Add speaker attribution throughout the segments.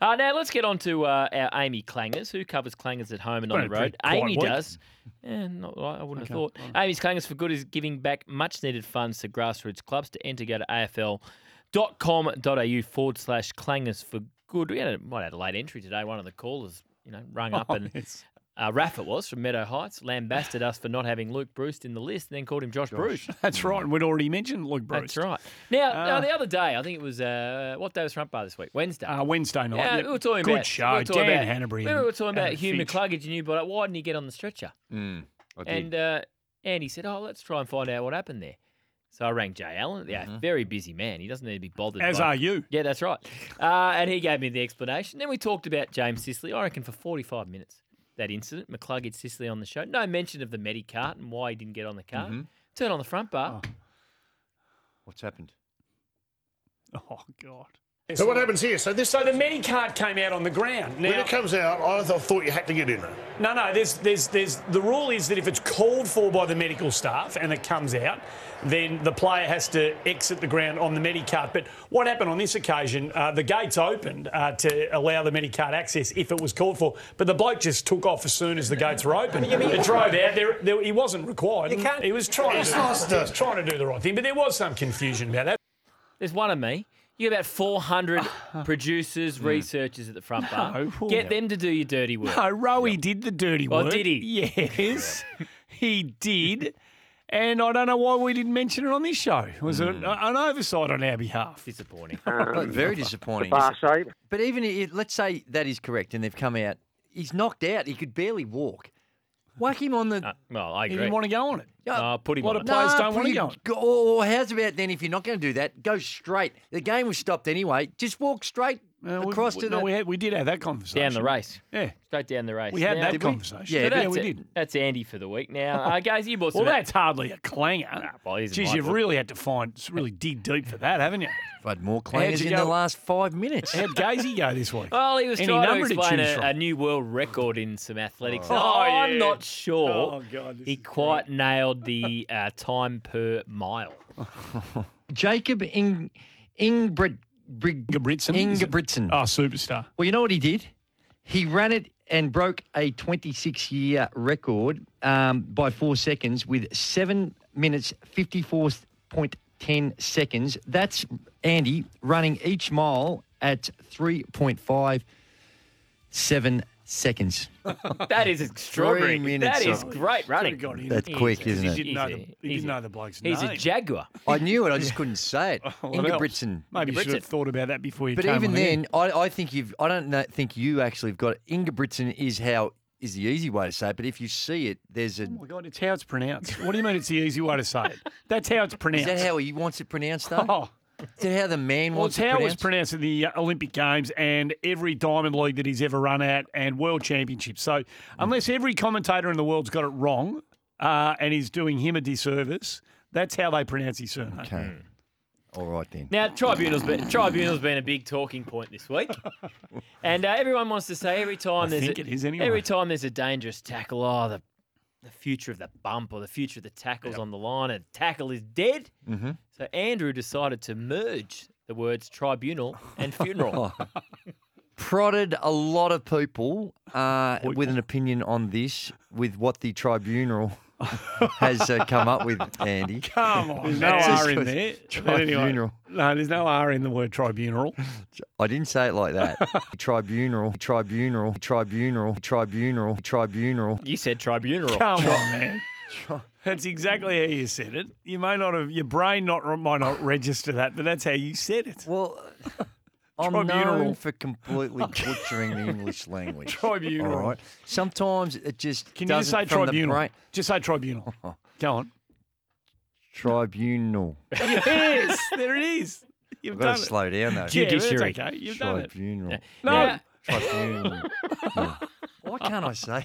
Speaker 1: Uh, now let's get on to uh, our Amy Clangers, who covers Clangers at home and on the
Speaker 2: Don't think
Speaker 1: road.
Speaker 2: quite
Speaker 1: Amy
Speaker 2: what-
Speaker 1: does. Yeah, not, I wouldn't
Speaker 2: Okay,
Speaker 1: have thought.
Speaker 2: all
Speaker 1: Amy's Clangers for Good is giving back much needed funds to grassroots clubs to enter. Go to afl.com.au forward slash Clangers for Good. We had a, might had a late entry today. One of the callers, you know, rang
Speaker 2: Oh,
Speaker 1: up and
Speaker 2: Yes.
Speaker 1: uh, Rafa was from Meadow Heights, lambasted us for not having Luke Bruce in the list, and then called him Josh, Bruce.
Speaker 2: That's right. We'd already mentioned Luke Bruce.
Speaker 1: That's right. Now, now
Speaker 2: Ah.
Speaker 1: the other day, I think it was uh, what day was Front Bar this week? Wednesday.
Speaker 2: Uh, Wednesday night.
Speaker 1: Yeah,
Speaker 2: yep.
Speaker 1: we were talking
Speaker 2: Good
Speaker 1: about
Speaker 2: show.
Speaker 1: We were talking
Speaker 2: Dan
Speaker 1: about,
Speaker 2: Hanbury.
Speaker 1: Remember
Speaker 2: and
Speaker 1: we were talking about
Speaker 2: Aaron
Speaker 1: Hugh
Speaker 2: Finch.
Speaker 1: McCluggage, and you brought up why didn't he get on the stretcher?
Speaker 3: Mm, I did.
Speaker 1: And uh, and he said, oh, let's try and find out what happened there. So I rang Jay Allen. Yeah, very busy man. He doesn't need to be bothered.
Speaker 2: Mm-hmm. As
Speaker 1: by-
Speaker 2: are you.
Speaker 1: Yeah, that's right. Uh, and he gave me the explanation. Then we talked about James Sicily. I reckon for forty-five minutes that incident, McCluggage Sicily on the show. No mention of the Medicart and why he didn't get on the
Speaker 3: uh,
Speaker 1: cart.
Speaker 2: Mm-hmm.
Speaker 1: Turn on the front bar.
Speaker 3: What's happened?
Speaker 2: Oh, God.
Speaker 4: So what happens here? So this
Speaker 5: So the Medicard came out on the ground.
Speaker 4: when
Speaker 5: Now,
Speaker 4: it comes out, I th- thought you had to get in it.
Speaker 5: no, no, there's, there's, there's, the rule is that if it's called for by the medical staff and it comes out, then the player has to exit the ground on the Medicard. But what happened on this occasion, uh, the gates opened uh, to allow the Medicard access if it was called for, but the bloke just took off as soon as the gates were open. It drove out. There, there, he wasn't required.
Speaker 6: You can't-
Speaker 5: he was trying to,
Speaker 4: It's
Speaker 5: do,
Speaker 4: nasty.
Speaker 5: he was trying to do the right thing, but there was some confusion about that.
Speaker 1: There's one of me. You get about 400 producers, researchers at the front bar.
Speaker 2: Hmm. No.
Speaker 1: Get them to do your dirty work.
Speaker 2: No, Oh, Rowie did the dirty
Speaker 1: Oh,
Speaker 2: work.
Speaker 1: did he?
Speaker 2: Yes, he did. And I don't know why we didn't mention it on this show. It was
Speaker 1: Hmm.
Speaker 2: an, an oversight on our behalf.
Speaker 1: Disappointing.
Speaker 3: Very disappointing.
Speaker 7: bar shape.
Speaker 3: But even i let's say that is correct, and they've come out. He's knocked out. He could barely walk. Whack him on the.
Speaker 1: Uh, well, I
Speaker 2: He
Speaker 1: agree.
Speaker 2: didn't want to go on it.
Speaker 1: Uh, put him
Speaker 2: What
Speaker 1: on.
Speaker 2: a players don't
Speaker 3: but
Speaker 2: wanna
Speaker 3: you
Speaker 2: go on.
Speaker 3: go- Or, or how's about then if you're not going to do that, go straight. The game was stopped anyway. Just walk straight
Speaker 2: Uh, we-
Speaker 3: across
Speaker 2: we,
Speaker 3: to
Speaker 2: no,
Speaker 3: the.
Speaker 2: we, had, we did have that conversation.
Speaker 1: down the race.
Speaker 2: Yeah,
Speaker 1: Straight down the race.
Speaker 2: we had
Speaker 1: Now-
Speaker 2: that
Speaker 1: Did we?
Speaker 2: conversation.
Speaker 3: Yeah,
Speaker 1: So
Speaker 2: yeah
Speaker 1: that's
Speaker 2: we
Speaker 1: it.
Speaker 2: did.
Speaker 1: That's Andy for the week. Now, uh, guys, you bought some.
Speaker 2: Well, that's hardly a clanger.
Speaker 1: well, it isn't
Speaker 2: Geez,
Speaker 1: my
Speaker 2: you've
Speaker 1: fault.
Speaker 2: really had to find, really dig deep for that, haven't you?
Speaker 3: I've had more
Speaker 2: How'd
Speaker 3: clangers
Speaker 2: you
Speaker 3: in the
Speaker 2: go?
Speaker 3: last five minutes.
Speaker 2: How'd Gazy go this week?
Speaker 1: well, he was
Speaker 2: Any
Speaker 1: trying to
Speaker 2: number to
Speaker 1: explain
Speaker 2: choose
Speaker 1: a,
Speaker 2: from.
Speaker 1: a new world record in some athletics.
Speaker 2: Oh.
Speaker 1: Oh,
Speaker 2: Oh,
Speaker 1: I'm
Speaker 2: yeah.
Speaker 1: not sure.
Speaker 2: Oh, God, this
Speaker 1: he
Speaker 2: is great.
Speaker 1: quite nailed the uh, time per mile.
Speaker 3: Jacob Ing Ingbrid. Brig-
Speaker 2: Ingebrigtsen, is it?
Speaker 3: Ingebrigtsen.
Speaker 2: Oh, superstar.
Speaker 3: Well, you know what he did? He ran it and broke a 26 year record um, by four seconds with seven minutes, 54.10 seconds. That's Andy running each mile at 3.57 seconds.
Speaker 1: That is extraordinary.
Speaker 3: Three minutes
Speaker 1: That is
Speaker 3: off.
Speaker 1: great running.
Speaker 2: Could've got in.
Speaker 3: That's quick,
Speaker 1: Easy.
Speaker 3: isn't
Speaker 2: He
Speaker 3: it?
Speaker 2: didn't, know the,
Speaker 1: Easy.
Speaker 2: he
Speaker 1: Easy.
Speaker 2: didn't know the bloke's
Speaker 1: He's
Speaker 2: name.
Speaker 1: a Jaguar.
Speaker 3: I knew it, I just couldn't say it.
Speaker 2: Oh, What else?
Speaker 3: Ingebrigtsen.
Speaker 2: Maybe you should have
Speaker 1: Ingebrigtsen.
Speaker 2: thought about that before you
Speaker 3: But
Speaker 2: came
Speaker 3: even
Speaker 2: on air.
Speaker 3: then, I, I think you've. I don't know, think you actually have got it. Ingebrigtsen is how is the easy way to say it. But if you see it, there's a.
Speaker 2: Oh my God, it's how it's pronounced. What do you mean it's the easy way to say it? That's how it's
Speaker 3: Is
Speaker 2: pronounced.
Speaker 3: that how he wants it pronounced though?
Speaker 2: Oh,
Speaker 3: Is that how the man
Speaker 2: well, it's
Speaker 3: wants it
Speaker 2: how it was
Speaker 3: pronounced?
Speaker 2: pronounced in the uh, Olympic Games and every Diamond League that he's ever run at and World Championships.
Speaker 3: Hmm.
Speaker 2: So, unless every commentator in the world's got it wrong uh, and he's doing him a disservice, that's how they pronounce his surname.
Speaker 3: okay.
Speaker 2: Hmm.
Speaker 3: All right then.
Speaker 1: Now, tribunal's been tribunal's been a big talking point this week, and uh, everyone wants to say every time
Speaker 2: I
Speaker 1: there's
Speaker 2: think
Speaker 1: a,
Speaker 2: it is anyway.
Speaker 1: every time there's a dangerous tackle, oh the the future of the bump or the future of the tackle's on the line, and tackle is dead. Mm-hmm. So Andrew decided to merge the words tribunal and funeral.
Speaker 3: Prodded a lot of people uh, with an opinion on this, with what the tribunal has uh, come up with, Andy.
Speaker 2: Come on, no
Speaker 3: Just
Speaker 2: R in
Speaker 3: goes
Speaker 2: there. But
Speaker 3: tribunal.
Speaker 2: no, there's no R in the word tribunal.
Speaker 3: I didn't say it like that. tribunal, tribunal, tribunal, tribunal, tribunal.
Speaker 1: you said tribunal.
Speaker 2: Come on, man. That's exactly how you said it. You may not have your brain not might not register that, but that's how you said it.
Speaker 3: Well, I'm
Speaker 2: Tribunal.
Speaker 3: known for completely butchering the English language.
Speaker 2: Tribunal.
Speaker 3: All right. Sometimes it just
Speaker 2: Can you
Speaker 3: doesn't
Speaker 2: just say
Speaker 3: from the
Speaker 2: tribunal?
Speaker 3: brain-
Speaker 2: Just say tribunal. Go on.
Speaker 3: Tribunal.
Speaker 2: Yes, there it is. You've
Speaker 3: I've
Speaker 2: done
Speaker 3: got
Speaker 2: it.
Speaker 3: to slow down though.
Speaker 2: yeah, that's
Speaker 1: Judiciary.
Speaker 2: okay. You've done it.
Speaker 3: Tribunal.
Speaker 2: No.
Speaker 1: Now,
Speaker 3: Tribunal. No. Why can't I say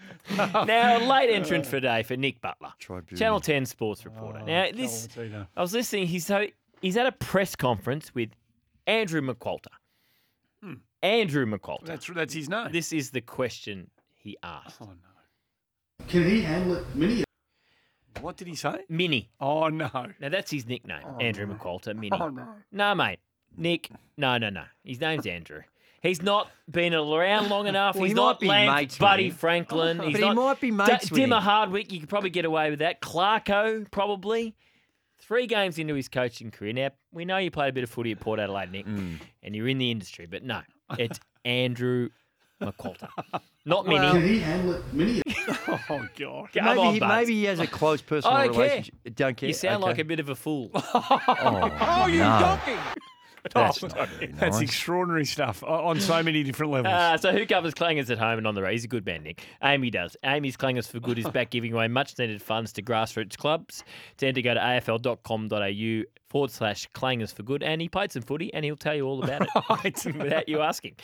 Speaker 1: now, late entrant for today for Nick Butler,
Speaker 3: tribunal?
Speaker 1: Channel Ten sports reporter.
Speaker 2: Oh,
Speaker 1: now this. I was listening. He's so he's at a press conference with Andrew McWalter. Andrew McWalter.
Speaker 2: That's that's his name.
Speaker 1: This is the question he asked.
Speaker 2: Oh,
Speaker 8: Can he handle it? Mini
Speaker 2: no. What did he say?
Speaker 1: Mini.
Speaker 2: Oh no.
Speaker 1: Now that's his
Speaker 3: Oh,
Speaker 1: nickname, Andrew McWalter. Mini.
Speaker 2: Oh no.
Speaker 1: No, mate. Nick. No, no, no. His name's Andrew. He's not been around long enough.
Speaker 3: Well, he
Speaker 1: He's
Speaker 3: might
Speaker 1: not
Speaker 3: be
Speaker 1: Lance,
Speaker 3: mates with
Speaker 1: Buddy
Speaker 3: him.
Speaker 1: Franklin. He's
Speaker 3: But he
Speaker 1: not,
Speaker 3: might be
Speaker 1: Da-
Speaker 3: mates with
Speaker 1: Dimmer
Speaker 3: him.
Speaker 1: Hardwick, you could probably get away with that. Clarko, probably. Three games into his coaching career. Now, we know you played a bit of footy at Port Adelaide, Nick,
Speaker 3: Mm.
Speaker 1: and you're in the industry, but no, it's Andrew McCalter. Not Minnie.
Speaker 8: Can he handle it? Mini
Speaker 2: Oh, God.
Speaker 1: Come
Speaker 3: Maybe
Speaker 1: on,
Speaker 3: he,
Speaker 1: Buds.
Speaker 3: maybe he has a close personal
Speaker 1: I don't care.
Speaker 3: relationship. Don't care.
Speaker 1: You sound
Speaker 3: okay.
Speaker 1: like a bit of a fool.
Speaker 3: Oh, you docking! That's not very
Speaker 2: That's
Speaker 3: nice.
Speaker 2: extraordinary stuff o- on so many different levels.
Speaker 1: Uh, so who covers clangers at home and on the road? He's a good man, Nick. Amy does. Amy's clangers for good is back giving away much needed funds to grassroots clubs. Tend to go to afl.com.au forward slash clangers for good. And he played some footy and he'll tell you all about it
Speaker 2: It's-
Speaker 1: without you asking.